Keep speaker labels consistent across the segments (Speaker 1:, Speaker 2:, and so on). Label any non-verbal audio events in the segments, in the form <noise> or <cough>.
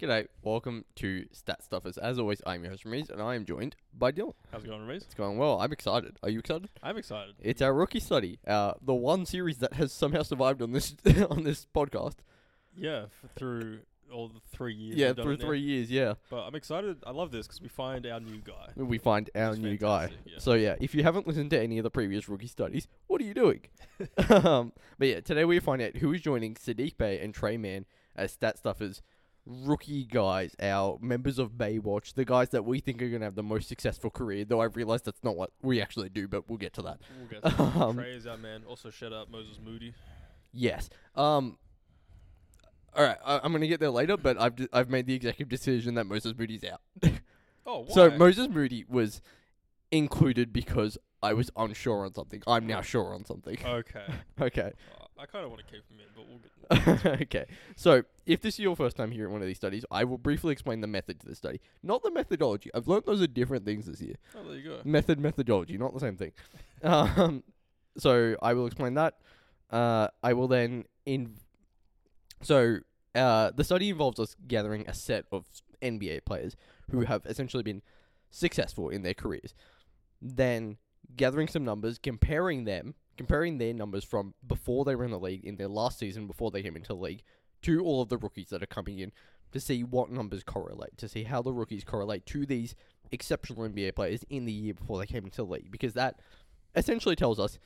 Speaker 1: G'day, welcome to Stat Stuffers. As always, I'm your host Ramiz, and I am joined by Dylan.
Speaker 2: How's it going, Ramiz?
Speaker 1: It's going well. I'm excited. Are you excited?
Speaker 2: I'm excited.
Speaker 1: It's our rookie study, uh, the one series that has somehow survived on this <laughs> on this podcast.
Speaker 2: Yeah, f- through all the three years.
Speaker 1: yeah,
Speaker 2: we've done
Speaker 1: through
Speaker 2: it now.
Speaker 1: three years. Yeah,
Speaker 2: But I'm excited. I love this because we find our new guy.
Speaker 1: we find our
Speaker 2: It's
Speaker 1: new guy.
Speaker 2: fantastic, yeah.
Speaker 1: So yeah, if you haven't listened to any of the previous rookie studies, what are you
Speaker 2: <laughs>
Speaker 1: doing? um, but yeah, today we find out who is joining Sadiq Bay and Trey Mann as Stat Stuffers. Rookie guys, our members of Baywatch, the guys that we think are going to have the most successful career, though I've realized that's not what we actually do, but we'll get to that.
Speaker 2: We'll
Speaker 1: <laughs>
Speaker 2: get to that.
Speaker 1: Um,
Speaker 2: Trey is our man. Also, shout out Moses Moody.
Speaker 1: Yes. Um. All right, I, I'm gonna get there later, but I've d- I've made the executive decision that Moses Moody's out.
Speaker 2: Oh, why?
Speaker 1: So Moses Moody was included because I was unsure on something. I'm now sure on something.
Speaker 2: okay.
Speaker 1: <laughs> okay.
Speaker 2: Uh, I kind of want to keep him in, but we'll
Speaker 1: <laughs>
Speaker 2: get.
Speaker 1: okay. So if this is your first time here at one of these studies, I will briefly explain the method to the study, not the methodology. I've learned those are different things this year.
Speaker 2: Oh, there you go.
Speaker 1: <laughs> method methodology, not the same thing. Um, so I will explain that. Uh, I will then in. So uh, the study involves us gathering a set of NBA players who have essentially been successful in their careers, then gathering some numbers, comparing them, comparing their numbers from before they were in the league in their last season before they came into the league to all of the rookies that are coming in to see what numbers correlate, to see how the rookies correlate to these exceptional NBA players in the year before they came into the league because that essentially tells us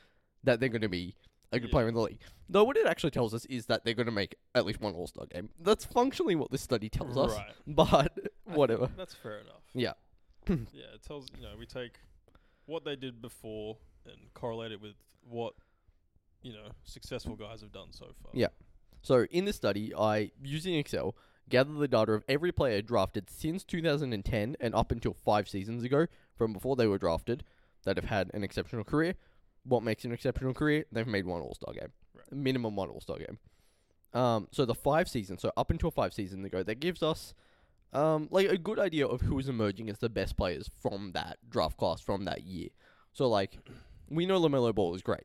Speaker 1: that they're going to be a good
Speaker 2: Yeah.
Speaker 1: player in the league. Though what it actually tells us is that they're going to make at least one All Star game. That's functionally what this study tells us,
Speaker 2: Right.
Speaker 1: but <laughs>
Speaker 2: I think
Speaker 1: whatever.
Speaker 2: That's fair enough.
Speaker 1: Yeah.
Speaker 2: yeah,
Speaker 1: <laughs>
Speaker 2: it tells you know we take what they did before and correlate it with what you know successful guys have done so far.
Speaker 1: Yeah. So in this study, I using Excel gathered the data of every player drafted since 2010 and up until five seasons ago, from before they were drafted, that have had an exceptional career. What makes an exceptional career? They've made one All Star game,
Speaker 2: Right.
Speaker 1: minimum one All Star game. Um, so the five seasons, so up until five seasons ago, that gives us um, like a good idea of who is emerging as the best players from that draft class from that year. So like, we know Lamelo Ball is great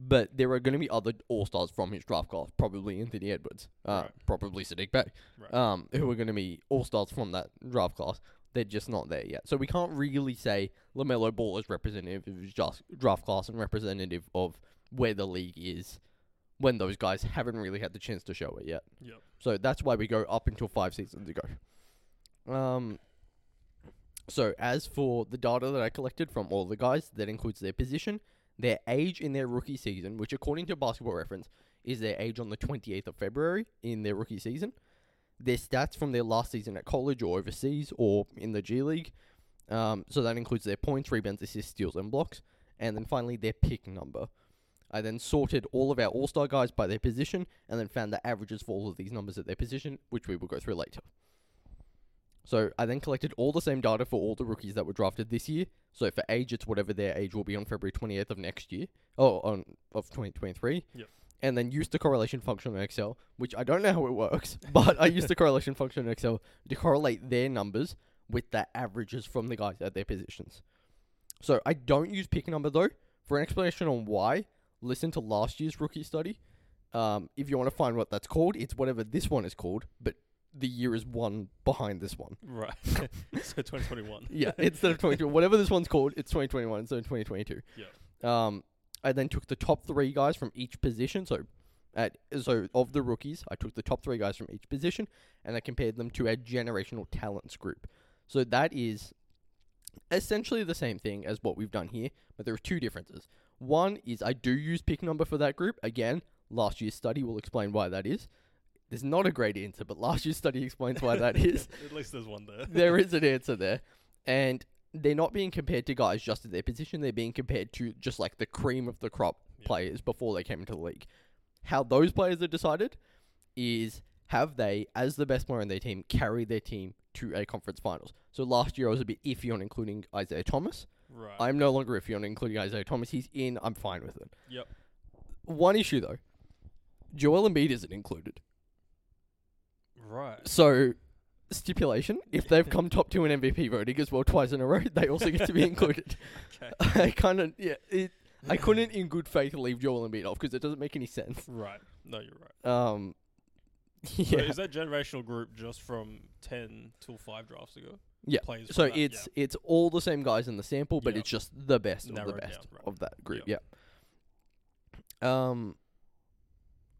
Speaker 1: but there are going to be other All Stars from his draft class, probably Anthony Edwards, uh,
Speaker 2: Right.
Speaker 1: probably Sadiq Bey,
Speaker 2: Right.
Speaker 1: um, who are going to be All Stars from that draft class. They're just not there yet, so we can't really say Lamelo Ball is representative of his just draft class and representative of where the league is when those guys haven't really had the chance to show it yet.
Speaker 2: Yep.
Speaker 1: So that's why we go up until five seasons ago. Um, so as for the data that I collected from all the guys, that includes their position, their age in their rookie season, which according to Basketball Reference is their age on the 28th of February in their rookie season, their stats from their last season at college or overseas or in the G League. Um, so that includes their points, rebounds, assists, steals, and blocks, and then finally their pick number. I then sorted all of our All Star guys by their position and then found the averages for all of these numbers at their position, which we will go through later. So I then collected all the same data for all the rookies that were drafted this year. So for age, it's whatever their age will be on February 28th of next year, oh, on of 2023.
Speaker 2: Yep.
Speaker 1: And then used the correlation function in Excel, which I don't know how it works, <laughs> but I used the correlation function in Excel to correlate their numbers with their averages from the guys at their positions. So I don't use pick number though. For an explanation on why, listen to last year's rookie study. Um, if you want to find what that's called, it's whatever this one is called, but the year is one behind this one.
Speaker 2: <laughs> Right. <laughs> so 2021. <laughs>
Speaker 1: Yeah, instead of 22, whatever this one's called, it's 2021 instead of 2022. Yeah. Um, I then took the top three guys from each position. So, at so of the rookies, I took the top three guys from each position, and I compared them to our generational talents group. So that is essentially the same thing as what we've done here, but there are two differences. One is I do use pick number for that group. Again, last year's study will explain why that is. There's not a great answer, but last year's study explains why
Speaker 2: <laughs>
Speaker 1: that <laughs> is
Speaker 2: At least there's one there.
Speaker 1: there is an answer there. And they're not being compared to guys just in their position. They're being compared to just like the cream of the crop
Speaker 2: Yeah.
Speaker 1: players before they came into the league. How those players are decided is have they, as the best player on their team, carry their team to a conference finals. So last year I was a bit iffy on including Isaiah Thomas.
Speaker 2: <laughs> Right.
Speaker 1: I'm no longer iffy on including Isaiah Thomas. He's in. I'm fine with it.
Speaker 2: Yep.
Speaker 1: One issue though, Joel Embiid isn't included.
Speaker 2: right.
Speaker 1: So, stipulation: if they've come top two in MVP voting as well twice in a row, they also get to be included.
Speaker 2: Okay.
Speaker 1: I kind of yeah, it, <laughs> I
Speaker 2: <laughs>
Speaker 1: e- couldn't in good faith leave Joel Embiid off because it doesn't make any sense.
Speaker 2: Right. No, you're right.
Speaker 1: Um, <laughs>
Speaker 2: So
Speaker 1: yeah.
Speaker 2: is that generational group just from ten till five drafts ago?
Speaker 1: Yeah.
Speaker 2: Plays
Speaker 1: So
Speaker 2: from that,
Speaker 1: it's it's all the same guys in the sample, but
Speaker 2: Yeah.
Speaker 1: it's just the best of
Speaker 2: Narrowed
Speaker 1: the best
Speaker 2: down, right.
Speaker 1: of that group. Yeah. Um.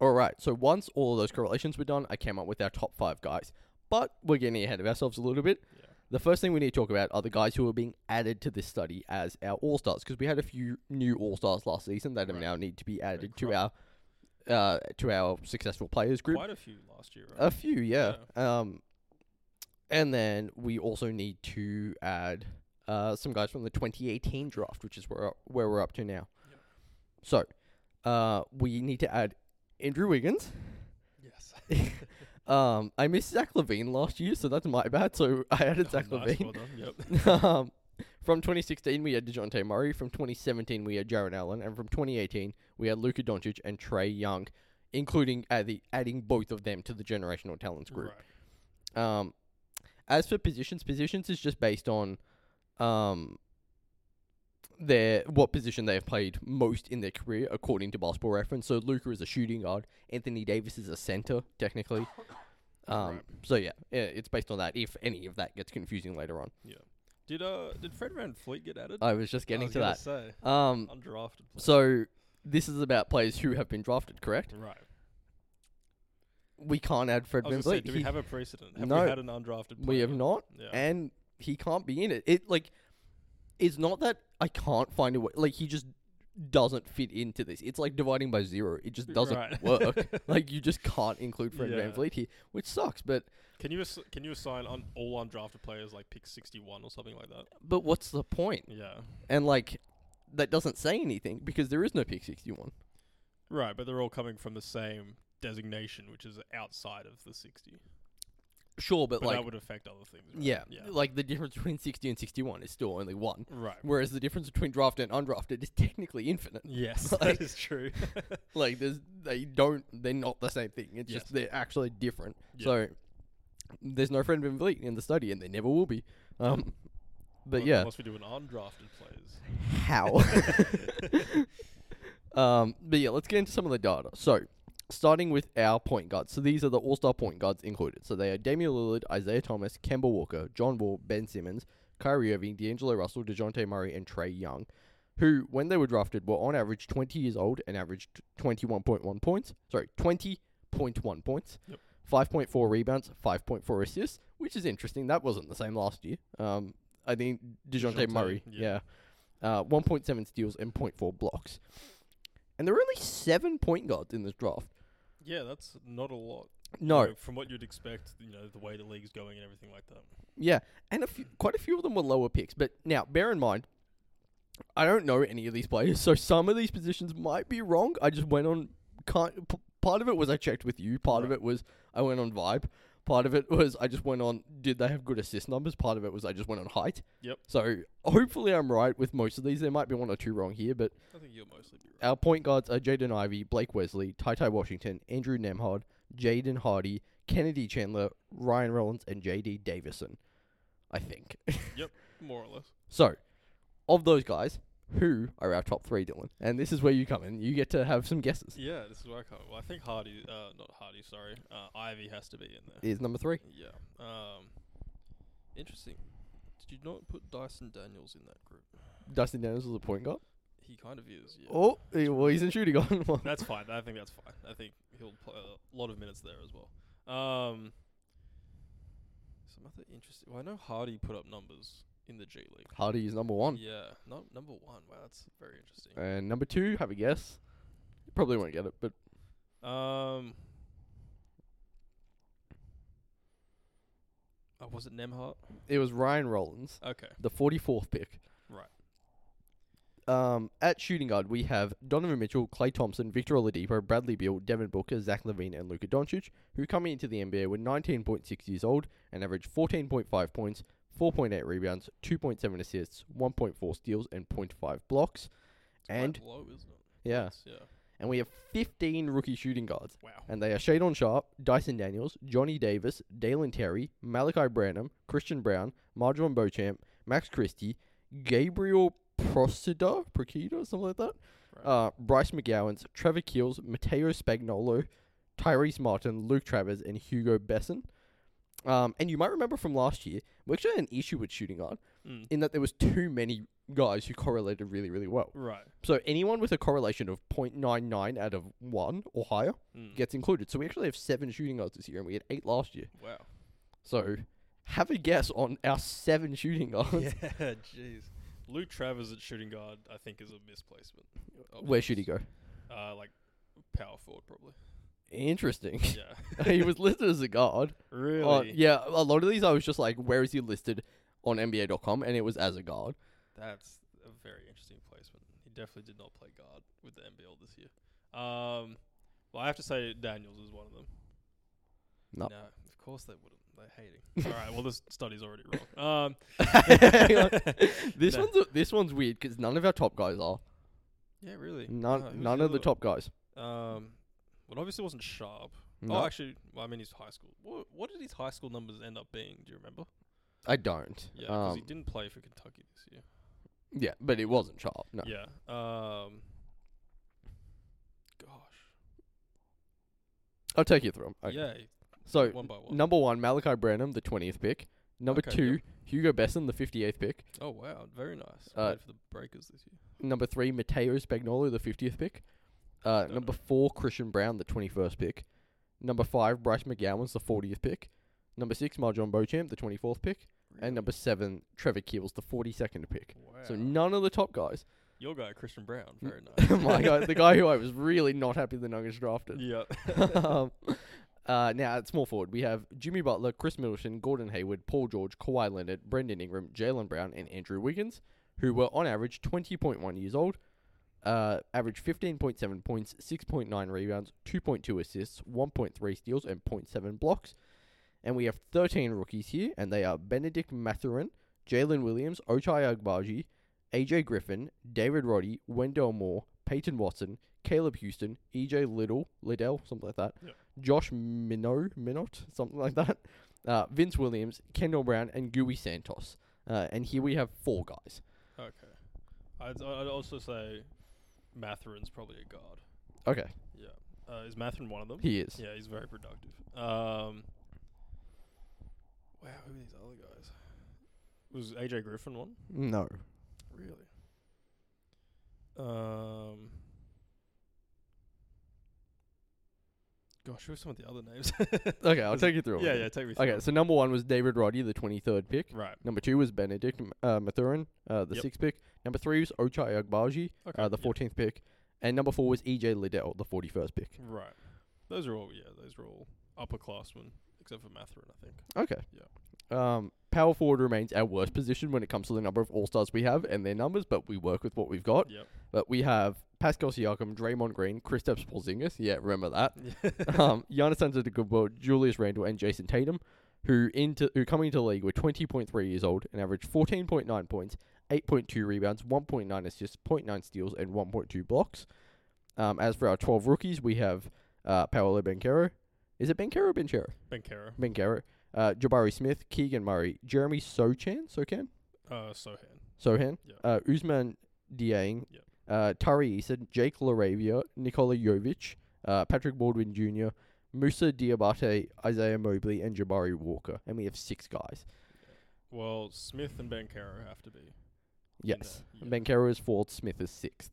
Speaker 1: All right. So once all of those correlations were done, I came up with our top five guys. But we're getting ahead of ourselves a little bit.
Speaker 2: yeah.
Speaker 1: The first thing we need to talk about are the guys who are being added to this study as our all stars because we had a few new all stars last season that
Speaker 2: Right.
Speaker 1: now need to be added to our
Speaker 2: crop.
Speaker 1: uh, to our successful players group.
Speaker 2: Quite a few last year, right?
Speaker 1: A few, yeah. Um, and then we also need to add uh, some guys from the 2018 draft, which is where where we're up to now.
Speaker 2: Yep.
Speaker 1: So, uh, we need to add Andrew Wiggins.
Speaker 2: <laughs> yes.
Speaker 1: Um, I missed Zach Levine last year, so that's my bad. So <laughs> I added Zach
Speaker 2: <laughs> Oh, nice,
Speaker 1: Levine.
Speaker 2: well done,
Speaker 1: <laughs>
Speaker 2: Yep.
Speaker 1: um, from 2016, we had Dejounte Murray. From 2017, we had Jaron Allen, and from 2018, we had Luka Doncic and Trey Young, including uh, the, adding both of them to the generational talents group.
Speaker 2: Right.
Speaker 1: Um, as for positions, positions is just based on um their what position they have played most in their career according to Basketball Reference. So Luca is a shooting guard. Anthony Davis is a center technically. Um,
Speaker 2: Right.
Speaker 1: so yeah, yeah, it's based on that. If any of that gets confusing later on,
Speaker 2: Did uh did Fred Van Fleet get added?
Speaker 1: I was just Uh,
Speaker 2: I
Speaker 1: getting
Speaker 2: was
Speaker 1: to
Speaker 2: gonna
Speaker 1: that.
Speaker 2: Say,
Speaker 1: Um,
Speaker 2: undrafted. player.
Speaker 1: so this is about players who have been drafted, correct?
Speaker 2: right.
Speaker 1: We can't add Fred
Speaker 2: I was gonna say,
Speaker 1: VanVleet.
Speaker 2: do
Speaker 1: He-
Speaker 2: we have a precedent? Have
Speaker 1: No,
Speaker 2: we had an undrafted player?
Speaker 1: we have not.
Speaker 2: Yeah.
Speaker 1: and he can't be in it. It like it's not that I can't find a way. Like he just doesn't fit into this. It's like dividing by zero. It just doesn't
Speaker 2: Right.
Speaker 1: work. <laughs>
Speaker 2: <laughs>
Speaker 1: like you just can't include Fred
Speaker 2: Yeah.
Speaker 1: Van VanVleet here, which sucks. But
Speaker 2: Can you ass- can you assign on all undrafted players like pick sixty one or something like that?
Speaker 1: but what's the point?
Speaker 2: Yeah.
Speaker 1: And like that doesn't say anything because there is no pick sixty one.
Speaker 2: Right, but they're all coming from the same designation, which is outside of the sixty.
Speaker 1: Sure,
Speaker 2: But
Speaker 1: but, like
Speaker 2: that would affect other things. Right?
Speaker 1: yeah,
Speaker 2: Yeah.
Speaker 1: like the difference between sixty and sixty one is still only one.
Speaker 2: Right.
Speaker 1: Whereas the difference between drafted and undrafted is technically infinite. <laughs>
Speaker 2: Yes,
Speaker 1: Like-
Speaker 2: that is true.
Speaker 1: Like there's they don't they're not the same thing. It's
Speaker 2: Yes.
Speaker 1: just they're actually different.
Speaker 2: Yeah.
Speaker 1: So there's no Fred VanVleet in the study, and there never will be. Um, <laughs> but
Speaker 2: Un-
Speaker 1: yeah,
Speaker 2: Unless we do an undrafted players. <laughs>
Speaker 1: how? <laughs> um, but yeah, let's get into some of the data. So starting with our point guards. So these are the All-Star point guards included. So they are Damian Lillard, Isaiah Thomas, Kemba Walker, John Wall, Ben Simmons, Kyrie Irving, D'Angelo Russell, DeJounte Murray, and Trey Young. Who, when they were drafted, were on average 20 years old and averaged 21.1 points. Sorry, 20.1 points,
Speaker 2: Yep.
Speaker 1: 5.4 rebounds, 5.4 assists, which is interesting. That wasn't the same last year. Um, I think DeJounte,
Speaker 2: DeJounte,
Speaker 1: Murray, yeah.
Speaker 2: yeah.
Speaker 1: Uh, 1.7 steals and 0.4 blocks. And there were only seven point guards in this draft.
Speaker 2: Yeah, that's not a lot. you
Speaker 1: No,
Speaker 2: know, from what you'd expect, you know, the way the league's going and everything like that.
Speaker 1: yeah. And a few, quite a few of them were lower picks. But now, bear in mind, I don't know any of these players, <laughs> so some of these positions might be wrong. I just went on. Can't, p- part of it was I checked with you. Part of
Speaker 2: Right.
Speaker 1: it was I went on vibe. Part of it was I just went on. Did they have good assist numbers? Part of it was I just went on height.
Speaker 2: Yep.
Speaker 1: So hopefully I'm right with most of these. There might be one or two wrong here, but
Speaker 2: I think you'll mostly be right.
Speaker 1: Our point guards are Jaden Ivey, Blake Wesley, Ty Ty Washington, Andrew Nemhard, Jaden Hardy, Kennedy Chandler, Ryan Rollins, and JD Davison. I think. <laughs>
Speaker 2: More or less.
Speaker 1: so, of those guys, who are our top three, Dylan? And this is where you come in. You get to have some guesses.
Speaker 2: Yeah, this is where I come. Well, I think Hardy, uh, not Hardy, sorry, uh, Ivy has to be in there.
Speaker 1: Is number three.
Speaker 2: Yeah. Um, interesting. Did you not put Dyson Daniels in that group?
Speaker 1: Dustin Daniels is a point guard.
Speaker 2: He kind of is. Yeah.
Speaker 1: Oh, he- well, he's in shooting guard. Well,
Speaker 2: That's fine. I think that's fine. I think he'll play a lot of minutes there as well. Um, some other interesting. Well, I know Hardy put up numbers in the G League.
Speaker 1: <laughs> Hardy is number one.
Speaker 2: Yeah, no, number one. Wow, that's very interesting.
Speaker 1: And number two, have a guess. Probably won't get it, but
Speaker 2: Um, oh, was it Nemhart?
Speaker 1: it was Ryan Rollins,
Speaker 2: Okay,
Speaker 1: the 44th pick.
Speaker 2: right.
Speaker 1: um, at shooting guard, we have Donovan Mitchell, Clay Thompson, Victor Oladipo, Bradley Beal, Devin Booker, Zach Levine, and Luka Doncic, who coming into the NBA were 19.6 years old and averaged 14.5 points, 4.8 rebounds, 2.7 assists, 1.4 steals, and 0.5 blocks.
Speaker 2: It's quite
Speaker 1: And-
Speaker 2: low, isn't it?
Speaker 1: Yeah,
Speaker 2: It's- yeah.
Speaker 1: and we have 15 rookie shooting guards,
Speaker 2: Wow.
Speaker 1: and they are Shadon Sharp, Dyson Daniels, Johnny Davis, Dalen Terry, Malachi Branham, Christian Brown, Marjon Beauchamp, Max Christie, Gabriel Procida, Procida, something like that.
Speaker 2: Right.
Speaker 1: Uh, Bryce McGowan's, Trevor Keels, Matteo Spagnolo, Tyrese Martin, Luke Travers, and Hugo Besson. Um, and you might remember from last year, we actually had an issue with shooting guard
Speaker 2: Mm.
Speaker 1: in that there was too many guys who correlated really, really well.
Speaker 2: Right.
Speaker 1: So anyone with a correlation of 0.99 out of 1 or higher
Speaker 2: Mm.
Speaker 1: gets included. So we actually have 7 shooting guards this year, and we had 8 last year.
Speaker 2: Wow.
Speaker 1: <laughs> So have a guess on our 7 shooting guards.
Speaker 2: yeah. <laughs> Jeez. Luke Travers at shooting guard, I think, is a misplacement.
Speaker 1: Where should he go?
Speaker 2: Uh, like power forward,
Speaker 1: <laughs>
Speaker 2: probably.
Speaker 1: Interesting. <laughs>
Speaker 2: Yeah.
Speaker 1: he was listed as a guard.
Speaker 2: <laughs> really.
Speaker 1: Uh, yeah, a lot of these I was just like, where is he listed on NBA.com? And it was as a guard.
Speaker 2: That's a very interesting placement. He definitely did not play guard with the NBL this year. Um, well, I have to say Daniels is one of them.
Speaker 1: No.
Speaker 2: No, of course they wouldn't. They
Speaker 1: <laughs>
Speaker 2: hate him. All right. Well, this study's already wrong. Um,
Speaker 1: <laughs> this
Speaker 2: No.
Speaker 1: one's a, this one's weird because none of our top guys are.
Speaker 2: yeah, really.
Speaker 1: None
Speaker 2: Uh, who's
Speaker 1: none of
Speaker 2: other
Speaker 1: the top guys.
Speaker 2: one? Um, well, obviously it wasn't Sharp.
Speaker 1: No,
Speaker 2: Oh, actually, well, I mean, he's high school. What, what did his high school numbers end up being? Do you remember?
Speaker 1: I don't.
Speaker 2: Yeah, because he
Speaker 1: Um,
Speaker 2: didn't play for Kentucky this year.
Speaker 1: yeah, but it wasn't sharp. No.
Speaker 2: Yeah. Um. Gosh.
Speaker 1: I'll take you through 'em. Okay.
Speaker 2: Yeah.
Speaker 1: So
Speaker 2: one by one.
Speaker 1: number one, Malachi Branham, the twentieth pick. Number
Speaker 2: Okay,
Speaker 1: two,
Speaker 2: yep.
Speaker 1: Hugo Besson, the fifty eighth pick.
Speaker 2: Oh wow, very nice.
Speaker 1: Uh,
Speaker 2: Played for the Breakers this year.
Speaker 1: Number three, Matteo Spagnolo, the fiftieth pick. Uh,
Speaker 2: Don't
Speaker 1: number
Speaker 2: know.
Speaker 1: four, Christian Brown, the twenty-first pick. Number five, Bryce McGowan's the fortieth pick. Number six, Marjon Beauchamp, the twenty-fourth pick, and number seven, Trevor Keels, the forty-second pick.
Speaker 2: Wow.
Speaker 1: So none of the top guys. <laughs>
Speaker 2: Your guy Christian Brown, very nice.
Speaker 1: Oh My
Speaker 2: <laughs>
Speaker 1: guy, the guy who I was really not happy the Nuggets drafted.
Speaker 2: yeah.
Speaker 1: um, uh, now at small forward we have Jimmy Butler, Chris Middleton, Gordon Hayward, Paul George, Kawhi Leonard, Brendan Ingram, Jalen Brown, and Andrew Wiggins, who were on average 20.1 years old, uh, averaged 15.7 points, 6.9 rebounds, 2.2 assists, 1.3 steals, and 0.7 blocks. And we have 13 rookies here, and they are Benedict Mathurin, Jalen Williams, Ochai Agbaji, AJ Griffin, David Roddy, Wendell Moore, Peyton Watson, Caleb Houston, EJ Little, Liddell, something like that.
Speaker 2: Yeah.
Speaker 1: Josh Minot, Minot, something like that. Uh, Vince Williams, Kendall Brown, and Gui Santos. Uh, and here we have four guys.
Speaker 2: okay. I'd, I'd also say Matherin's probably a guard.
Speaker 1: Okay,
Speaker 2: Yeah. Uh, is Matherin one of them?
Speaker 1: he is.
Speaker 2: Yeah, he's very productive. Um. Wow, who are these other guys? Was AJ Griffin one?
Speaker 1: No.
Speaker 2: Really? Um. Gosh, who are some of the other names?
Speaker 1: Okay, <laughs> I'll
Speaker 2: Was-
Speaker 1: take you through. 'em.
Speaker 2: yeah, yeah, take me. Through
Speaker 1: Okay, so number one was David Roddy, the 23rd pick.
Speaker 2: them. right.
Speaker 1: Number two was Benedict M- uh, Mathurin, uh, the
Speaker 2: Yep.
Speaker 1: sixth pick. Number three was Ochai Agbaji,
Speaker 2: Okay.
Speaker 1: uh, the
Speaker 2: yeah.
Speaker 1: 14th pick. And number four was EJ Liddell, the 41st pick.
Speaker 2: Right. Those are all yeah, those are all upperclassmen, except for Matherin, I think.
Speaker 1: Okay. Yeah. Um, power forward remains our worst position when it comes to the number of all stars we have and their numbers, but we work with what we've got.
Speaker 2: Yep. <laughs>
Speaker 1: But we have Pascal Siakam, Draymond Green, Kristaps Porzingis. Yeah, remember that. <laughs> um, Giannis Antetokounmpo, Julius Randle, and Jason Tatum, who into who coming into the league were 20.3 years old and averaged 14.9 points, 8.2 rebounds, 1.9 assists, 0.9 steals, and 1.2 blocks. Um, as for our 12 rookies, we have uh, Paolo Banchero. Is it Banchero or Banchero?
Speaker 2: Benkera.
Speaker 1: Banchero. Uh, Jabari Smith, Keegan Murray, Jeremy Sochan, Sochan,
Speaker 2: Uh Sohan.
Speaker 1: Sohan,
Speaker 2: Yeah.
Speaker 1: uh, Usman Diang,
Speaker 2: Yep.
Speaker 1: uh, Tari Eason, Jake Laravia, Nikola Jovic, uh, Patrick Baldwin Jr., Musa Diabate, Isaiah Mobley, and Jabari Walker. And we have six guys.
Speaker 2: Well, Smith and Benkera have to be. in
Speaker 1: Yes.
Speaker 2: there, yeah.
Speaker 1: Banchero is fourth, Smith is sixth.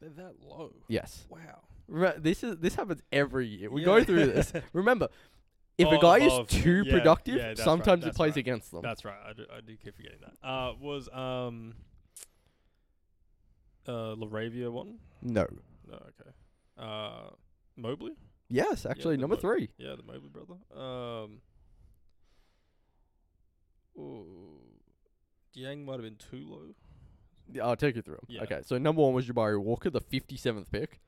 Speaker 2: They're that low.
Speaker 1: Yes.
Speaker 2: Wow.
Speaker 1: Re- this is this happens every year. We
Speaker 2: Yeah.
Speaker 1: go through this. <laughs> Remember, if a
Speaker 2: Oh,
Speaker 1: guy
Speaker 2: above.
Speaker 1: is too
Speaker 2: Yeah,
Speaker 1: productive,
Speaker 2: yeah, that's right,
Speaker 1: sometimes it
Speaker 2: that's
Speaker 1: plays
Speaker 2: right.
Speaker 1: against them.
Speaker 2: That's right. I do, I do keep forgetting that. Uh was um uh Laravia one?
Speaker 1: no.
Speaker 2: No, Oh, okay. Uh Mobley?
Speaker 1: Yes, actually,
Speaker 2: they're
Speaker 1: number
Speaker 2: both-
Speaker 1: three.
Speaker 2: Yeah, the Mobley brother. Um, ooh, Yang might have been too low.
Speaker 1: Yeah, I'll take you through 'em.
Speaker 2: Yeah.
Speaker 1: Okay, so number one was Jabari Walker, the 57th pick.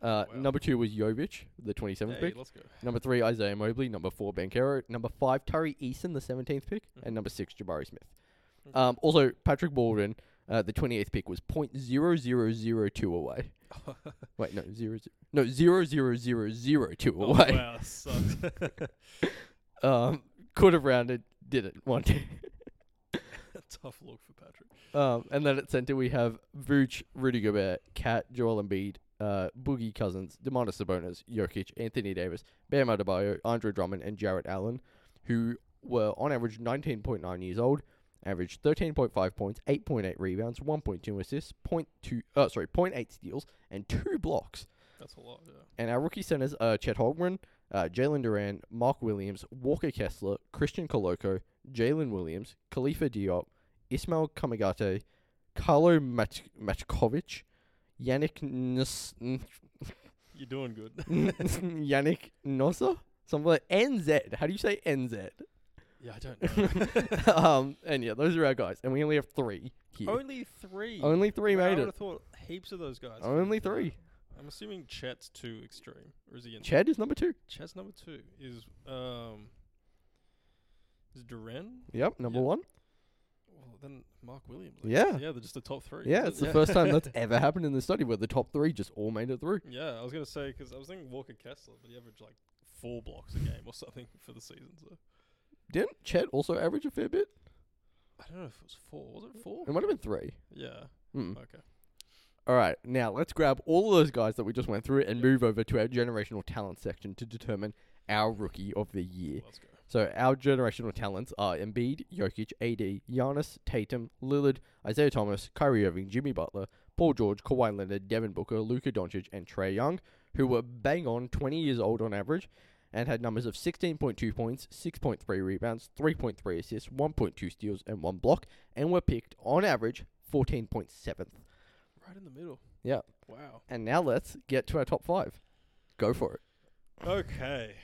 Speaker 1: Uh,
Speaker 2: Oh, Wow.
Speaker 1: Number two was Jovic, the 27th
Speaker 2: Hey,
Speaker 1: pick.
Speaker 2: let's go.
Speaker 1: Number three, Isaiah Mobley. Number four, Bankero. Number five, Tari Eason, the 17th pick.
Speaker 2: Mhm.
Speaker 1: And number six, Jabari Smith.
Speaker 2: Okay.
Speaker 1: Um, also, Patrick Baldwin, uh, the 28th pick, was 0.0002
Speaker 2: <laughs>
Speaker 1: away. Wait, no, zero, zero, no, 0.0002
Speaker 2: Oh,
Speaker 1: away.
Speaker 2: wow, sucks.
Speaker 1: Um, could have rounded, didn't want to.
Speaker 2: Tough look for Patrick.
Speaker 1: Um, and then at centre we have Vooch, Rudy Gobert, Cat, Joel Embiid, uh, Boogie Cousins, Demonis Sabonis, Jokic, Anthony Davis, Bam Adebayo, Andre Drummond, and Jarrett Allen, who were on average 19.9 years old, averaged 13.5 points, 8.8 rebounds, 1.2 assists, 0.2, uh, sorry, 0.8 steals, and two blocks.
Speaker 2: That's a lot. Yeah.
Speaker 1: And our rookie centers are Chet Holmgren, uh, Jalen Duran, Mark Williams, Walker Kessler, Christian Koloko, Jalen Williams, Khalifa Diop, Ismail Kamigate, Carlo Mat- Matkovic, Yannick Nis-
Speaker 2: You're doing good.
Speaker 1: <laughs> Yannick Nosa, something like NZ. How do you say NZ?
Speaker 2: yeah, I don't
Speaker 1: <laughs>
Speaker 2: know.
Speaker 1: um, and yeah, those are our guys, and we only have three here.
Speaker 2: Only three.
Speaker 1: Only three
Speaker 2: Wow, I
Speaker 1: made
Speaker 2: would
Speaker 1: it.
Speaker 2: have thought heaps of those guys.
Speaker 1: Only
Speaker 2: would've done
Speaker 1: three.
Speaker 2: it. I'm assuming Chet's too extreme, or is he in?
Speaker 1: Chad is number two.
Speaker 2: Chet's number two is um. Is Duran?
Speaker 1: Yep, number
Speaker 2: Yeah.
Speaker 1: one.
Speaker 2: Well, then Mark Williams. I
Speaker 1: Yeah.
Speaker 2: guess. Yeah, they're just the top three.
Speaker 1: Yeah,
Speaker 2: isn't
Speaker 1: it's
Speaker 2: it?
Speaker 1: the first time that's ever happened in the study where the top three just all made it through.
Speaker 2: <laughs> Yeah, I was gonna say because I was thinking Walker Kessler, but he averaged like four blocks a game or something <laughs> for the season. So
Speaker 1: Didn't Chet also average a fair bit?
Speaker 2: I don't know if it was four. Was it four?
Speaker 1: It might have been three.
Speaker 2: Yeah.
Speaker 1: Mm.
Speaker 2: Okay.
Speaker 1: All right, now let's grab all of those guys that we just went through and
Speaker 2: Yep.
Speaker 1: move over to our generational talent section to determine our rookie of the year.
Speaker 2: Let's go.
Speaker 1: So our generational talents are Embiid, Jokic, AD, Giannis, Tatum, Lillard, Isaiah Thomas, Kyrie Irving, Jimmy Butler, Paul George, Kawhi Leonard, Devin Booker, Luka Doncic, and Trey Young, who were bang on 20 years old on average and had numbers of 16.2 points, 6.3 rebounds, 3.3 assists, 1.2 steals, and 1 block, and were picked on average 14.7th.
Speaker 2: Right in the middle.
Speaker 1: Yeah.
Speaker 2: Wow.
Speaker 1: And now let's get to our top 5. Go for it.
Speaker 2: Okay.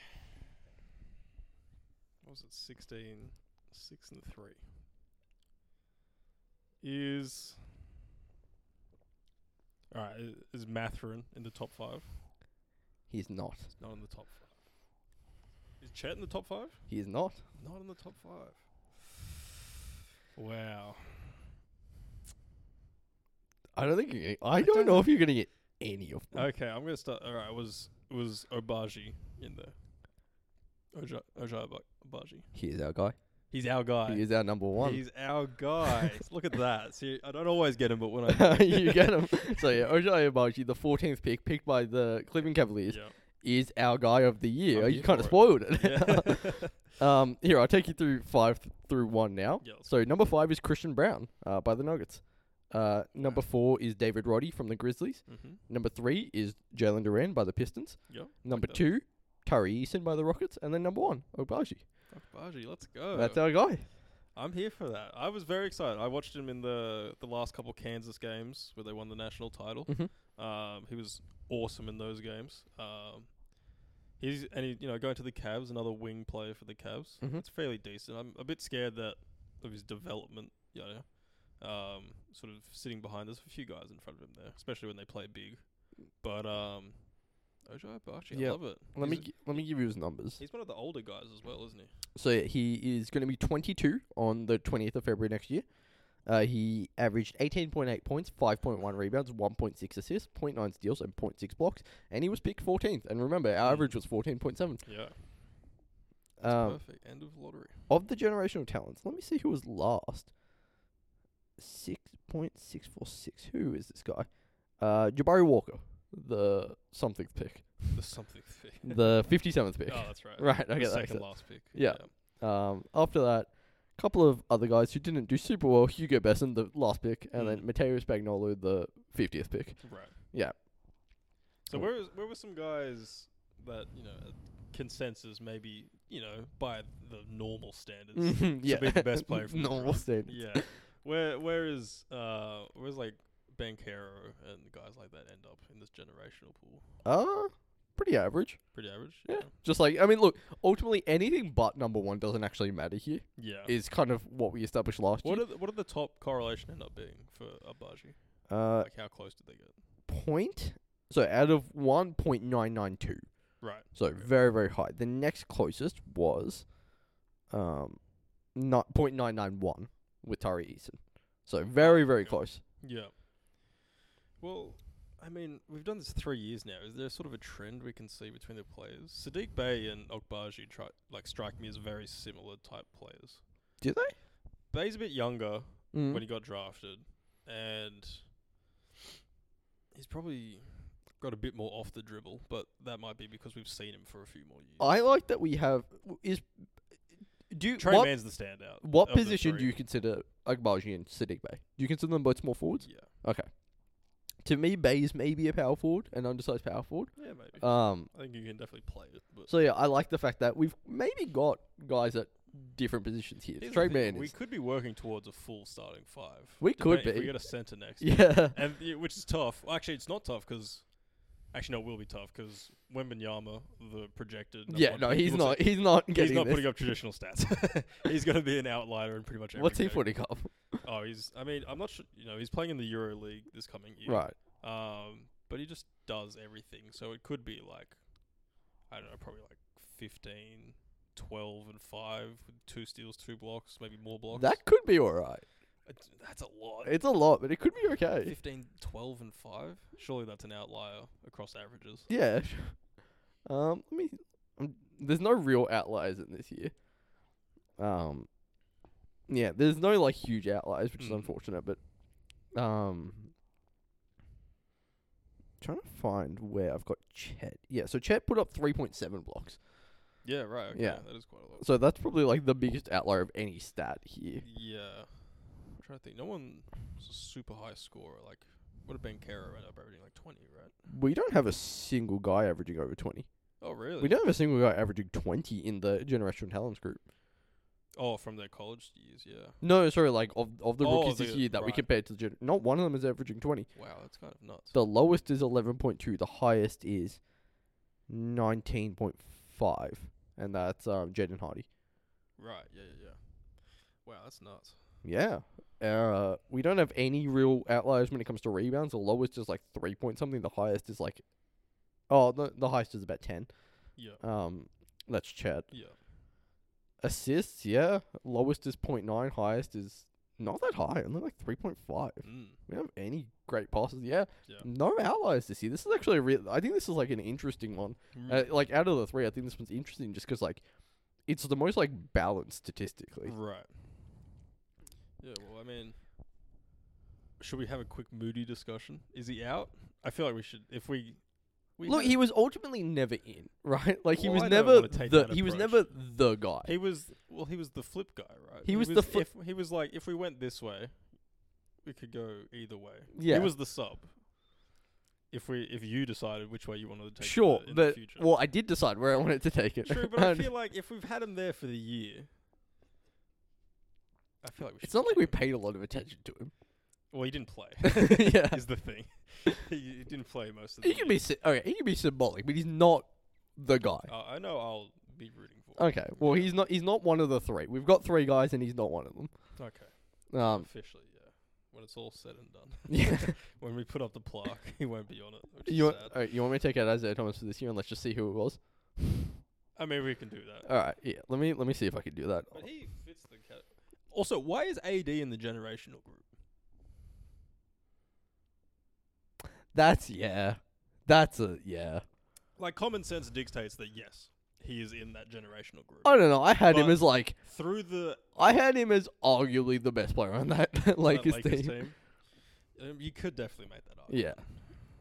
Speaker 2: What was it? 16, 6 and 3. Is. Alright, i- is Matherin in the top five?
Speaker 1: He is not.
Speaker 2: It's not in the top five. Is Chet in the top five?
Speaker 1: He is not.
Speaker 2: Not in the top five. Wow.
Speaker 1: I don't think you're gonna, I,
Speaker 2: I
Speaker 1: don't
Speaker 2: don't
Speaker 1: know if you're going to get any of them.
Speaker 2: Okay, I'm gonna start. All right, was was Obaji in there? Oja Oja Oba- Obaji.
Speaker 1: He is our guy.
Speaker 2: He's our guy.
Speaker 1: He is our number one.
Speaker 2: He's <laughs> our guy. <laughs> Look at that. See, I don't always get him, but when
Speaker 1: <laughs>
Speaker 2: I
Speaker 1: <laughs>
Speaker 2: do,
Speaker 1: you get him. So yeah, Ojai Abaji, the 14th pick picked by the Cleveland Cavaliers,
Speaker 2: yeah,
Speaker 1: is our guy of the year.
Speaker 2: I'm
Speaker 1: you
Speaker 2: here
Speaker 1: kind of
Speaker 2: for it.
Speaker 1: spoiled <laughs> it.
Speaker 2: <laughs> yeah.
Speaker 1: <laughs> um, here, I'll take you through five th- through one now.
Speaker 2: Yeah, let's
Speaker 1: So number five is Christian Brown uh, by the Nuggets. Uh, number four is David Roddy from the Grizzlies.
Speaker 2: mm-hmm.
Speaker 1: Number three is Jalen Duran by the Pistons.
Speaker 2: yeah.
Speaker 1: Number
Speaker 2: that.
Speaker 1: two, Tari Eason by the Rockets, and then number one, Obaji.
Speaker 2: Obaji, let's go.
Speaker 1: That's our guy.
Speaker 2: I'm here for that. I was very excited. I watched him in the the last couple Kansas games where they won the national title.
Speaker 1: Mhm.
Speaker 2: Um, he was awesome in those games. Um, he's and he, you know going to the Cavs, another wing player for the Cavs.
Speaker 1: Mhm.
Speaker 2: It's fairly decent. I'm a bit scared that of his development. You know, um, sort of sitting behind. There's a few guys in front of him there, especially when they play big. But um, Ojo Abachi,
Speaker 1: Yeah.
Speaker 2: I love it.
Speaker 1: Let me
Speaker 2: he's,
Speaker 1: gi- let me give you his numbers.
Speaker 2: he's one of the older guys as well, isn't he?
Speaker 1: So yeah, he is going to be 22 on the 20th of February next year. Uh, he averaged 18.8 points, 5.1 rebounds, 1.6 assists, 0.9 steals, and 0.6 blocks, and he was picked 14th. And remember, our
Speaker 2: Mm.
Speaker 1: average was 14.7.
Speaker 2: Yeah, that's
Speaker 1: Um,
Speaker 2: perfect. End of lottery. <laughs>
Speaker 1: of the generational talents, let me see who was last. 6.646. Who is this guy? Uh, Jabari Walker, the something pick,
Speaker 2: <laughs> There's something thick.
Speaker 1: <laughs> the 57th pick.
Speaker 2: Oh, that's right.
Speaker 1: <laughs> Right, okay,
Speaker 2: The
Speaker 1: that makes
Speaker 2: second
Speaker 1: sense.
Speaker 2: last pick.
Speaker 1: Yeah. Um, after that, a couple of other guys who didn't do super well Hugo Besson, the last pick, and
Speaker 2: Mm.
Speaker 1: then Matteo Spagnolo, the 50th pick.
Speaker 2: <laughs> Right.
Speaker 1: Yeah.
Speaker 2: So
Speaker 1: Mm.
Speaker 2: where is, where were some guys that you know uh, consensus maybe you know by the
Speaker 1: <laughs>
Speaker 2: normal standards?
Speaker 1: yeah.
Speaker 2: be the
Speaker 1: <laughs>
Speaker 2: best player from the
Speaker 1: Normal
Speaker 2: draft.
Speaker 1: standard.
Speaker 2: yeah. Where where is uh where's like Bankero and guys like that end up in this generational pool?
Speaker 1: Uh, pretty average.
Speaker 2: Pretty average.
Speaker 1: Yeah. Just like, I mean, look, ultimately anything but number one doesn't actually matter here,
Speaker 2: Yeah.
Speaker 1: is kind of what we established last
Speaker 2: what
Speaker 1: year.
Speaker 2: are the, what are the top correlation end up being for Abaji?
Speaker 1: Uh,
Speaker 2: like how close did they get?
Speaker 1: point. So out of 1.992.
Speaker 2: Right.
Speaker 1: So very, very high. The next closest was um, not 0.991 with Tari Eason. So very, very
Speaker 2: Okay.
Speaker 1: close.
Speaker 2: Yeah. Well, I mean, we've done this three years now. Is there sort of a trend we can see between the players? Sadiq Bay and Okbaji try, like strike me as very similar type players.
Speaker 1: Do they?
Speaker 2: Bay's a bit younger
Speaker 1: Mm.
Speaker 2: when he got drafted, and he's probably got a bit more off the dribble, but that might be because we've seen him for a few more years.
Speaker 1: I like that we have is do
Speaker 2: Trey
Speaker 1: what,
Speaker 2: Man's the standout.
Speaker 1: what
Speaker 2: of the
Speaker 1: position do
Speaker 2: three.
Speaker 1: you consider Agbaji and Sadiq Bay? Do you consider them both small forwards?
Speaker 2: Yeah,
Speaker 1: To me, Bay is maybe a power forward, an undersized power forward.
Speaker 2: yeah, maybe.
Speaker 1: Um,
Speaker 2: I think you can definitely play it, but
Speaker 1: so yeah, I like the fact that we've maybe got guys at different positions here.
Speaker 2: Here's the
Speaker 1: Trey
Speaker 2: thing,
Speaker 1: Man
Speaker 2: We
Speaker 1: is
Speaker 2: could be working towards a full starting five.
Speaker 1: We could
Speaker 2: Depend- If
Speaker 1: be.
Speaker 2: we get a centre
Speaker 1: <laughs>
Speaker 2: next,
Speaker 1: yeah,
Speaker 2: and y- which is tough. Well, Actually, it's not tough because actually no, it will be tough because Wembenyama, the projected. number
Speaker 1: yeah.
Speaker 2: one
Speaker 1: No,
Speaker 2: pick,
Speaker 1: he's
Speaker 2: looks
Speaker 1: not.
Speaker 2: like-
Speaker 1: He's not getting
Speaker 2: He's not
Speaker 1: this.
Speaker 2: putting up traditional stats. <laughs> he's going to be an outlier in pretty much
Speaker 1: <laughs>
Speaker 2: every
Speaker 1: What's he
Speaker 2: game.
Speaker 1: putting up?
Speaker 2: Oh, he's. I mean, I'm not sure. You know, he's playing in the Euro League this coming year.
Speaker 1: Right.
Speaker 2: Um, but he just does everything. So it could be like, I don't know, probably like 15, 12, and 5 with two steals, two blocks, maybe more blocks.
Speaker 1: That could be all right.
Speaker 2: It's- that's a lot.
Speaker 1: It's a lot, but it could be okay.
Speaker 2: 15, 12, and 5? Surely that's an outlier across averages.
Speaker 1: Yeah. sure. Um, let me. Um, there's no real outliers in this year. Um, yeah, there's no like huge outliers, which is
Speaker 2: Mm.
Speaker 1: unfortunate. But um, trying to find where I've got Chet. Yeah, so Chet put up three point seven blocks.
Speaker 2: Yeah, right. Okay.
Speaker 1: Yeah.
Speaker 2: That is quite a lot.
Speaker 1: So that's probably like the biggest outlier of any stat here.
Speaker 2: Yeah. I'm trying to think. No one was a super high scorer. Like, would have been Kara right up averaging like 20, right?
Speaker 1: We don't have a single guy averaging over twenty.
Speaker 2: Oh, really?
Speaker 1: We don't have a single guy averaging twenty in the generational talents group.
Speaker 2: Oh, from their college years, yeah.
Speaker 1: No, sorry, like of of the
Speaker 2: Oh,
Speaker 1: rookies this
Speaker 2: the-
Speaker 1: year that we
Speaker 2: right.
Speaker 1: compared to the gen- not one of them is averaging twenty.
Speaker 2: Wow, that's kind of nuts.
Speaker 1: The lowest is eleven point two. The highest is nineteen point five, and that's um Jaden Hardy.
Speaker 2: Right, yeah, yeah, yeah. Wow, that's nuts.
Speaker 1: Yeah. Uh, we don't have any real outliers when it comes to rebounds. The lowest is like three point something. The highest is like, oh, the the highest is about ten.
Speaker 2: Yeah,
Speaker 1: Um, that's Chad.
Speaker 2: yeah.
Speaker 1: Assists, yeah. Lowest is 0.9. Highest is not that high. Only like three point five.
Speaker 2: Mm,
Speaker 1: We don't have any great passes. Yeah.
Speaker 2: Yeah.
Speaker 1: No allies this year. This is actually a real. I think this is like an interesting one. Uh,
Speaker 2: mm.
Speaker 1: like out of the three, I think this one's interesting just because like it's the most like balanced statistically.
Speaker 2: right. Yeah, well, I mean, should we have a quick Moody discussion? Is he out? I feel like we should. If we. we
Speaker 1: Look,
Speaker 2: had-
Speaker 1: he was ultimately never in, <laughs> right? Like he
Speaker 2: Well,
Speaker 1: was
Speaker 2: I don't
Speaker 1: never
Speaker 2: wanna take
Speaker 1: the
Speaker 2: that
Speaker 1: he was
Speaker 2: approach.
Speaker 1: never the guy.
Speaker 2: He was well. He was the flip guy, right?
Speaker 1: He was the fli-
Speaker 2: flip. He was like, if we went this way, we could go either way.
Speaker 1: Yeah.
Speaker 2: He was the sub. If we, if you decided which way you wanted to take, the-
Speaker 1: sure,
Speaker 2: in the
Speaker 1: but
Speaker 2: future.
Speaker 1: well, I did decide where I wanted to take it.
Speaker 2: true. But I
Speaker 1: <laughs> And
Speaker 2: feel like if we've had him there for the year, I feel like we should
Speaker 1: it's not like
Speaker 2: keep
Speaker 1: we
Speaker 2: him.
Speaker 1: paid a lot of attention to
Speaker 2: <laughs>
Speaker 1: him. <laughs>
Speaker 2: Well, he didn't play. <laughs>
Speaker 1: yeah,
Speaker 2: Is the thing. he, he didn't play most of the.
Speaker 1: he can
Speaker 2: year.
Speaker 1: be sy- okay. He can be symbolic, but he's not the guy.
Speaker 2: Uh, I know. I'll be rooting for. him.
Speaker 1: Okay, well, he's not. He's not one of the three. We've got three guys, and he's not one of them.
Speaker 2: Okay.
Speaker 1: Um, <laughs>
Speaker 2: Officially, yeah. When it's all said and done, <laughs>
Speaker 1: yeah.
Speaker 2: when we put up the plaque, <laughs> he won't be on it. Which
Speaker 1: <laughs>
Speaker 2: is
Speaker 1: you want?
Speaker 2: sad.
Speaker 1: All right, you want me to take out Isaiah Thomas for this year, and let's just see who it was.
Speaker 2: I mean, we can do that.
Speaker 1: All right, yeah. Let me let me see if I can do that.
Speaker 2: But he fits the cat. Also, why is AD in the generational group?
Speaker 1: That's yeah. That's a yeah.
Speaker 2: Like common sense dictates that yes, he is in that generational group.
Speaker 1: I don't know. I had him
Speaker 2: But-
Speaker 1: as like
Speaker 2: Through the
Speaker 1: I had him as arguably the best player on that <laughs> Lakers,
Speaker 2: that Lakers
Speaker 1: team.
Speaker 2: team, um, you could definitely make that up.
Speaker 1: Yeah.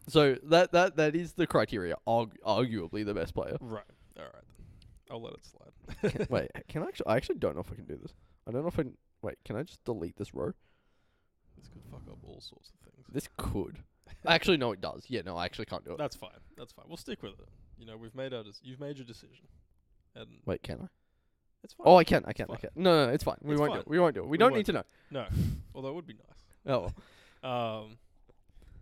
Speaker 1: So that that that is the criteria. Arg- arguably the best player.
Speaker 2: Right. All right. Then. I'll let it slide.
Speaker 1: Wait, can I actually? I actually don't know if I can do this. I don't know if I. can- Wait, can I just delete this row?
Speaker 2: this could fuck up all sorts of things.
Speaker 1: This could. <laughs> Actually, no, it does. Yeah, no, I actually can't do it.
Speaker 2: That's fine. That's fine. We'll stick with it. You know, we've made our. Dec- you've made your decision, and
Speaker 1: Wait, can I?
Speaker 2: it's fine.
Speaker 1: Oh, I can. I can. I
Speaker 2: fine.
Speaker 1: can. No, no, it's fine. We
Speaker 2: It's
Speaker 1: won't do
Speaker 2: fine.
Speaker 1: it. We won't do it. We,
Speaker 2: We
Speaker 1: don't
Speaker 2: won't
Speaker 1: need to know.
Speaker 2: no. Although it would be nice.
Speaker 1: Oh, well. <laughs>
Speaker 2: Um,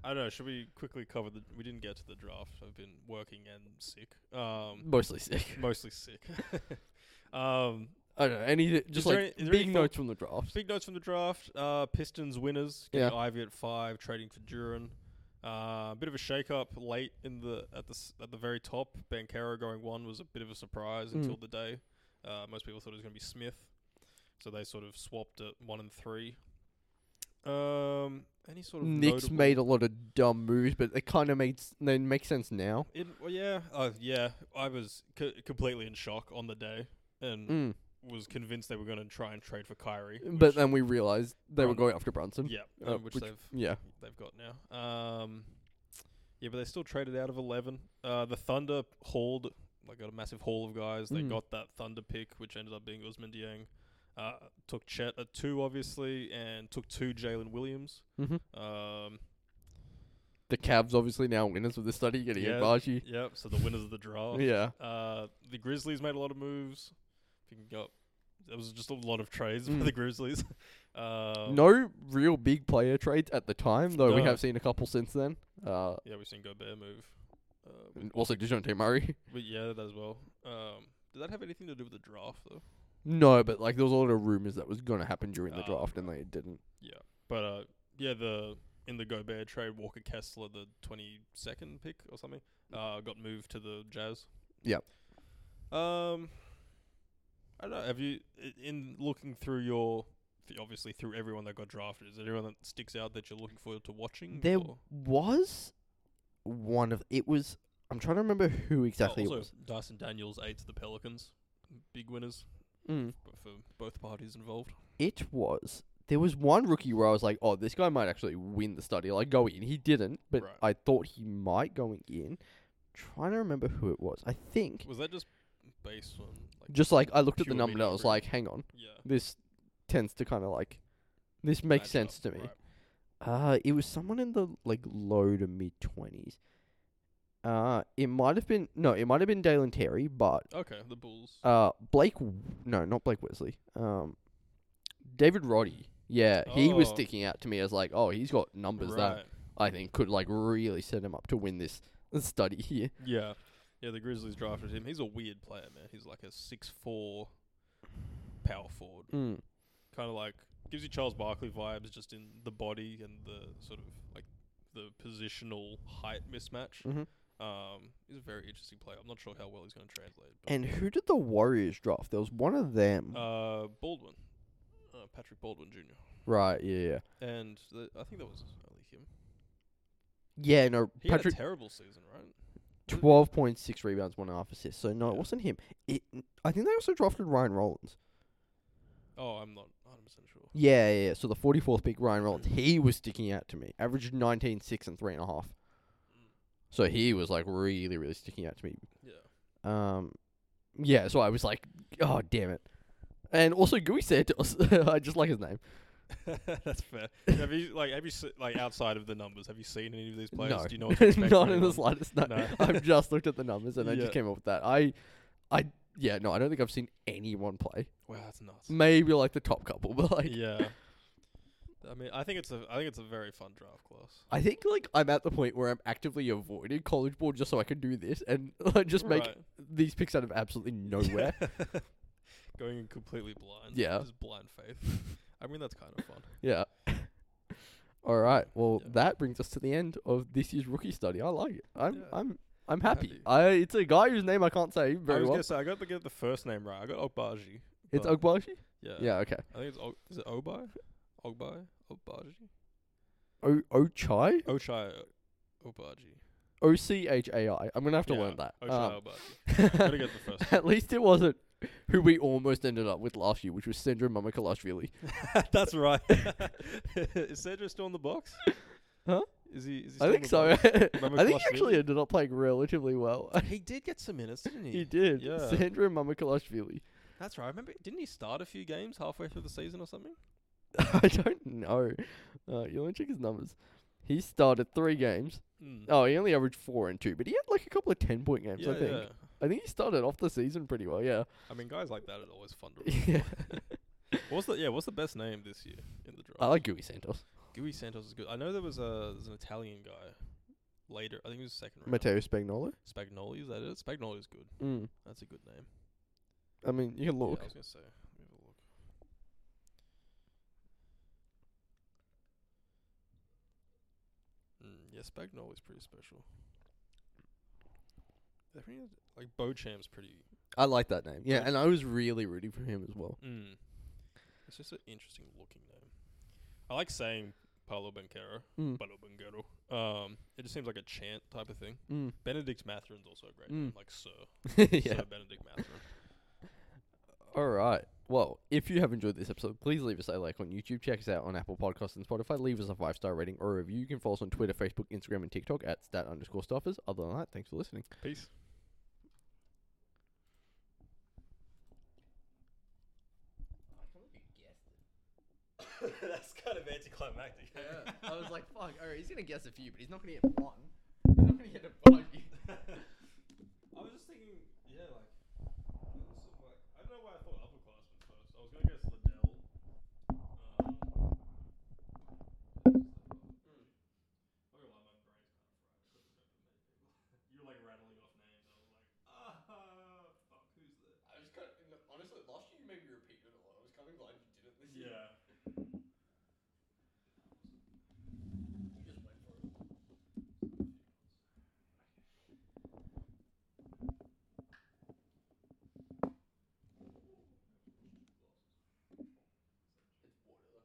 Speaker 2: I don't know. Should we quickly cover the? We didn't get to the draft. I've been working and sick.
Speaker 1: <laughs>
Speaker 2: Um,
Speaker 1: mostly sick.
Speaker 2: mostly sick. <laughs> um,
Speaker 1: I don't know. Any
Speaker 2: Is
Speaker 1: just
Speaker 2: there
Speaker 1: like
Speaker 2: any- is there
Speaker 1: big
Speaker 2: any thought-
Speaker 1: notes from the draft.
Speaker 2: big notes from the draft. Uh, Pistons winners. Getting
Speaker 1: Yeah.
Speaker 2: Ivy at five, trading for Duran. Uh, a bit of a shake-up late in the at the s- at the very top. Bankera going one was a bit of a surprise
Speaker 1: Mm.
Speaker 2: until the day. Uh, most people thought it was going to be Smith, so they sort of swapped at one and three. Um, any sort of
Speaker 1: Knicks
Speaker 2: notable-
Speaker 1: made a lot of dumb moves, but it kind of makes they make sense now.
Speaker 2: It, well, yeah, uh, yeah. I was co- completely in shock on the day and
Speaker 1: Mm.
Speaker 2: was convinced they were going to try and trade for Kyrie.
Speaker 1: But
Speaker 2: which-
Speaker 1: then we realized they were
Speaker 2: Brun-
Speaker 1: going after Brunson.
Speaker 2: yeah,
Speaker 1: uh,
Speaker 2: um, which,
Speaker 1: which-
Speaker 2: they've
Speaker 1: Yeah.
Speaker 2: they've got now. Um, Yeah, but they still traded out of 11. Uh, the Thunder hauled, like, got a massive haul of guys. They
Speaker 1: Mm.
Speaker 2: got that Thunder pick, which ended up being Usman Dieng. Uh, took Chet at two, obviously, and took two Jalen Williams.
Speaker 1: Mm-hmm. <laughs>
Speaker 2: Um,
Speaker 1: The Cavs obviously now winners of the study, getting
Speaker 2: Yeah.
Speaker 1: Ibashi.
Speaker 2: yep, so the winners of the draft.
Speaker 1: Yeah.
Speaker 2: Uh, the Grizzlies made a lot of moves. If you can go, there was just a lot of trades
Speaker 1: Mm.
Speaker 2: for the Grizzlies. <laughs> Um,
Speaker 1: no real big player trades at the time, though we
Speaker 2: No.
Speaker 1: have seen a couple since then. Uh,
Speaker 2: yeah, we've seen Gobert move. Uh,
Speaker 1: and also Dejounte Murray. <laughs>
Speaker 2: but yeah, that as well. Um, did that have anything to do with the draft though?
Speaker 1: No, but like there was a lot of rumors that was going to happen during the
Speaker 2: Ah,
Speaker 1: draft, and they didn't.
Speaker 2: But uh, yeah, the in the Gobert trade, Walker Kessler, the twenty second pick or something, uh, got moved to the Jazz.
Speaker 1: Yep.
Speaker 2: Um, I don't know. Have you i- in looking through your th- obviously through everyone that got drafted? Is there anyone that sticks out that you're looking forward to watching?
Speaker 1: There
Speaker 2: or-
Speaker 1: was one of it was. I'm trying to remember who
Speaker 2: Oh,
Speaker 1: exactly
Speaker 2: also,
Speaker 1: it was.
Speaker 2: Dyson Daniels eight to the Pelicans, big winners
Speaker 1: Mm.
Speaker 2: b- for both parties involved.
Speaker 1: It was. There was one rookie where I was like, "Oh, this guy might actually win the study." Like go in, he didn't, but
Speaker 2: Right.
Speaker 1: I thought he might going in. Trying to remember who it was. I think
Speaker 2: Was that just based on like
Speaker 1: just like I looked at the
Speaker 2: pure
Speaker 1: number and I was
Speaker 2: mediocrity?
Speaker 1: like, "Hang on,
Speaker 2: yeah
Speaker 1: this tends to kind of like this makes
Speaker 2: match up,
Speaker 1: sense to me."
Speaker 2: right.
Speaker 1: Uh, it was someone in the like low to mid twenties. Uh, it might have been no, it might have been Dalen Terry, but
Speaker 2: Okay, the Bulls.
Speaker 1: uh, Blake, no, not Blake Wesley. Um, David Roddy. Yeah, he was
Speaker 2: Oh.
Speaker 1: sticking out to me as like, oh, he's got numbers that
Speaker 2: Right.
Speaker 1: I think could like really set him up to win this <laughs> study here.
Speaker 2: Yeah. Yeah, the Grizzlies drafted him. He's a weird player, man. He's like a six four power forward.
Speaker 1: Mm.
Speaker 2: Kind of like gives you Charles Barkley vibes just in the body and the sort of like the positional height mismatch.
Speaker 1: Mhm.
Speaker 2: Um, he's a very interesting player. I'm not sure how well he's going to translate. But,
Speaker 1: And who did the Warriors draft? There was one of them,
Speaker 2: uh, Baldwin, uh, Patrick Baldwin Jr.
Speaker 1: right? Yeah, yeah,
Speaker 2: And the, I think that was only him.
Speaker 1: yeah. No,
Speaker 2: He
Speaker 1: Patrick
Speaker 2: had a terrible season, right? Who-
Speaker 1: Twelve point six rebounds, one and a half assists. So no, it
Speaker 2: Yeah.
Speaker 1: wasn't him. It. I think they also drafted Ryan Rollins.
Speaker 2: Oh, I'm not 100 percent sure.
Speaker 1: Yeah, yeah. yeah. So the forty fourth pick, Ryan Rollins, he was sticking out to me. Averaged 19, 6, and three and a half. So he was like really, really sticking out to me.
Speaker 2: Yeah.
Speaker 1: Um, yeah. So I was like, oh damn it. And also Gui Santos, <laughs> I just like his name.
Speaker 2: <laughs> That's fair. have you like have you se- like outside of the numbers? Have you seen any of these players?
Speaker 1: no,
Speaker 2: Do
Speaker 1: <laughs>
Speaker 2: you know what to expect?
Speaker 1: not
Speaker 2: from
Speaker 1: in the
Speaker 2: anyone?
Speaker 1: slightest. No,
Speaker 2: No.
Speaker 1: <laughs> I've just looked at the numbers and I
Speaker 2: Yeah.
Speaker 1: just came up with that. I, I, yeah, no, I don't think I've seen anyone play.
Speaker 2: Wow, that's nuts.
Speaker 1: Maybe like the top couple, <laughs> but like,
Speaker 2: yeah. I mean, I think it's a I think it's a very fun draft class.
Speaker 1: I think like I'm at the point where I'm actively avoiding college board just so I can do this and <laughs> like, just make
Speaker 2: Right.
Speaker 1: these picks out of absolutely
Speaker 2: <laughs>
Speaker 1: nowhere.
Speaker 2: Going in completely blind.
Speaker 1: Yeah.
Speaker 2: Just blind faith. <laughs> I mean, that's kind of fun.
Speaker 1: yeah. All right. Well,
Speaker 2: Yeah.
Speaker 1: that brings us to the end of this year's rookie study. I like it. I'm
Speaker 2: Yeah.
Speaker 1: I'm I'm happy.
Speaker 2: Happy.
Speaker 1: I it's a guy whose name I can't say <laughs>
Speaker 2: I
Speaker 1: very
Speaker 2: was
Speaker 1: well.
Speaker 2: gonna say I got to get the first name right. I got Ogbaji.
Speaker 1: It's
Speaker 2: but-
Speaker 1: Ogbashi.
Speaker 2: Yeah.
Speaker 1: Yeah. okay.
Speaker 2: I think it's Og- is it Obai? Ogbai? Ogbaji?
Speaker 1: O Ochai.
Speaker 2: Ochai Ogbaji.
Speaker 1: O C H A I. I'm gonna have to
Speaker 2: Yeah,
Speaker 1: learn that.
Speaker 2: Ochai
Speaker 1: Um, <laughs>
Speaker 2: Ogbaji. Gotta get the first.
Speaker 1: At least it wasn't who we almost ended up with last year, which was Sandra Mamakalashvili.
Speaker 2: <laughs> That's right. is Cedric still in the box?
Speaker 1: Huh?
Speaker 2: Is he? Is he
Speaker 1: I
Speaker 2: still in
Speaker 1: think
Speaker 2: the
Speaker 1: so. <laughs> I
Speaker 2: box?
Speaker 1: think he
Speaker 2: Mamakalashvili?
Speaker 1: actually ended up playing relatively well. <laughs>
Speaker 2: he did get some minutes, didn't he?
Speaker 1: he did.
Speaker 2: Yeah.
Speaker 1: Sandra Mamakalashvili.
Speaker 2: That's right. I remember. Didn't he start a few games halfway through the season or something?
Speaker 1: <laughs> I don't know. Uh, you only check his numbers. He started three games. Oh, he only averaged four and two, but he had like a couple of ten point games.
Speaker 2: Hmm. yeah,
Speaker 1: I think.
Speaker 2: yeah.
Speaker 1: I think he started off the season pretty well. Yeah. <laughs>
Speaker 2: I mean, guys like that are always fun to. Read.
Speaker 1: yeah.
Speaker 2: What's the yeah? What's the best name this year in the draft?
Speaker 1: I like Gooey Santos.
Speaker 2: Gui Santos is good. I know there was a there's an Italian guy later. I think it was second round.
Speaker 1: Matteo Spagnolo.
Speaker 2: Spagnoli is that it? Spagnoli is good.
Speaker 1: Mm.
Speaker 2: That's a good name.
Speaker 1: I mean, you can
Speaker 2: Yeah,
Speaker 1: look.
Speaker 2: I was gonna say. Let me have a look. Mm, yeah, Spagnol is pretty special. Are there any oth- Like Bochamp's pretty.
Speaker 1: I like that name. Yeah, and I was really rooting for him as well.
Speaker 2: Mm. It's just an interesting looking name. I like saying Paolo Benquero,
Speaker 1: Mm.
Speaker 2: Paolo Benquero. Um, it just seems like a chant type of thing.
Speaker 1: Mm.
Speaker 2: Benedict Matherin's also a great
Speaker 1: <laughs> Mm.
Speaker 2: name, like Sir,
Speaker 1: <laughs> yeah.
Speaker 2: Sir Benedict Matherin.
Speaker 1: All right. Well, if you have enjoyed this episode, please leave us a like on YouTube. Check us out on Apple Podcasts and Spotify. Leave us a five star rating or a review. You can follow us on Twitter, Facebook, Instagram, and TikTok at stat underscore stuffers. Other than that, thanks for listening.
Speaker 2: Peace. <laughs> That's kind of anticlimactic.
Speaker 1: I was like, fuck, alright, he's gonna guess a few, but he's not gonna get one. He's not gonna get a five.
Speaker 2: <laughs> I was just thinking, yeah, like, it was sort of like- I don't know why I thought upperclassmen first. I was gonna go Slidell. Um, Hmm. not gonna lie, my brain's kind of fried. I couldn't remember many people. <laughs> You were like rattling off names. I was like, ah, fuck, who's that?
Speaker 1: I was kind of, honestly, last year you made me repeat it a lot. I was kind of glad you did it this
Speaker 2: Yeah.
Speaker 1: You just went for it. It's water.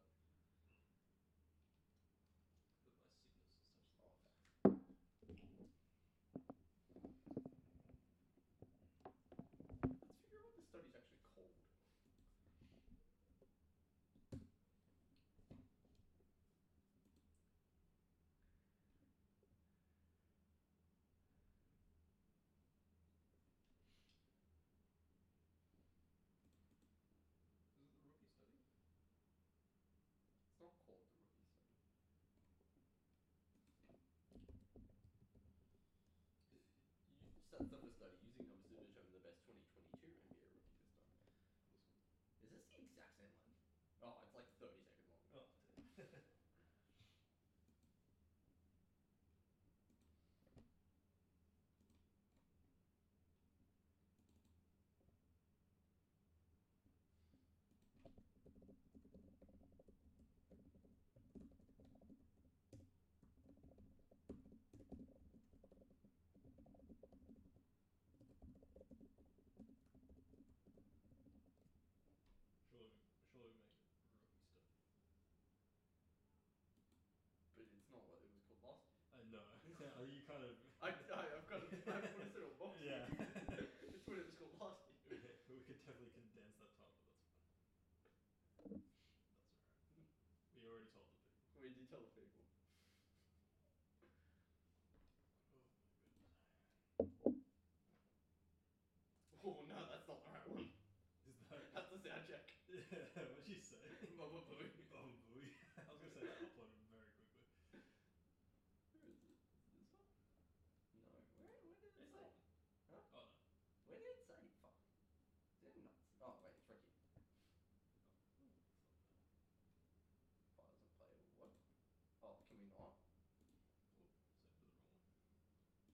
Speaker 1: Let's figure out what this study's actually called. It's not called the rookie study. You set up a study using numbers to determine the best 2022 NBA rookie this time. Is this the exact same one? Oh, it's like 30 seconds long.
Speaker 2: Oh. Surely, surely we make it rookie stuff.
Speaker 1: But it's not what it was called last year.
Speaker 2: I <laughs> know. you kind of.
Speaker 1: I, I, I've got it. I've put it on box. <laughs>
Speaker 2: <laughs> Yeah.
Speaker 1: it's what it was called last year.
Speaker 2: we could definitely condense that time, but that's fine. That's alright. We already told the people.
Speaker 1: What did you tell the people? Oh no, that's not the right one.
Speaker 2: Is that.
Speaker 1: That's the sound check.
Speaker 2: <laughs> Yeah, what'd you say?
Speaker 1: <laughs> Mama Booey.
Speaker 2: Oh, boy. I was gonna say that uploaded very quickly.
Speaker 1: This one? No. Where, where did it
Speaker 2: It's
Speaker 1: say?
Speaker 2: that
Speaker 1: Huh?
Speaker 2: one. Oh, no.
Speaker 1: Where did it say? Fuck. Did it not? Oh wait.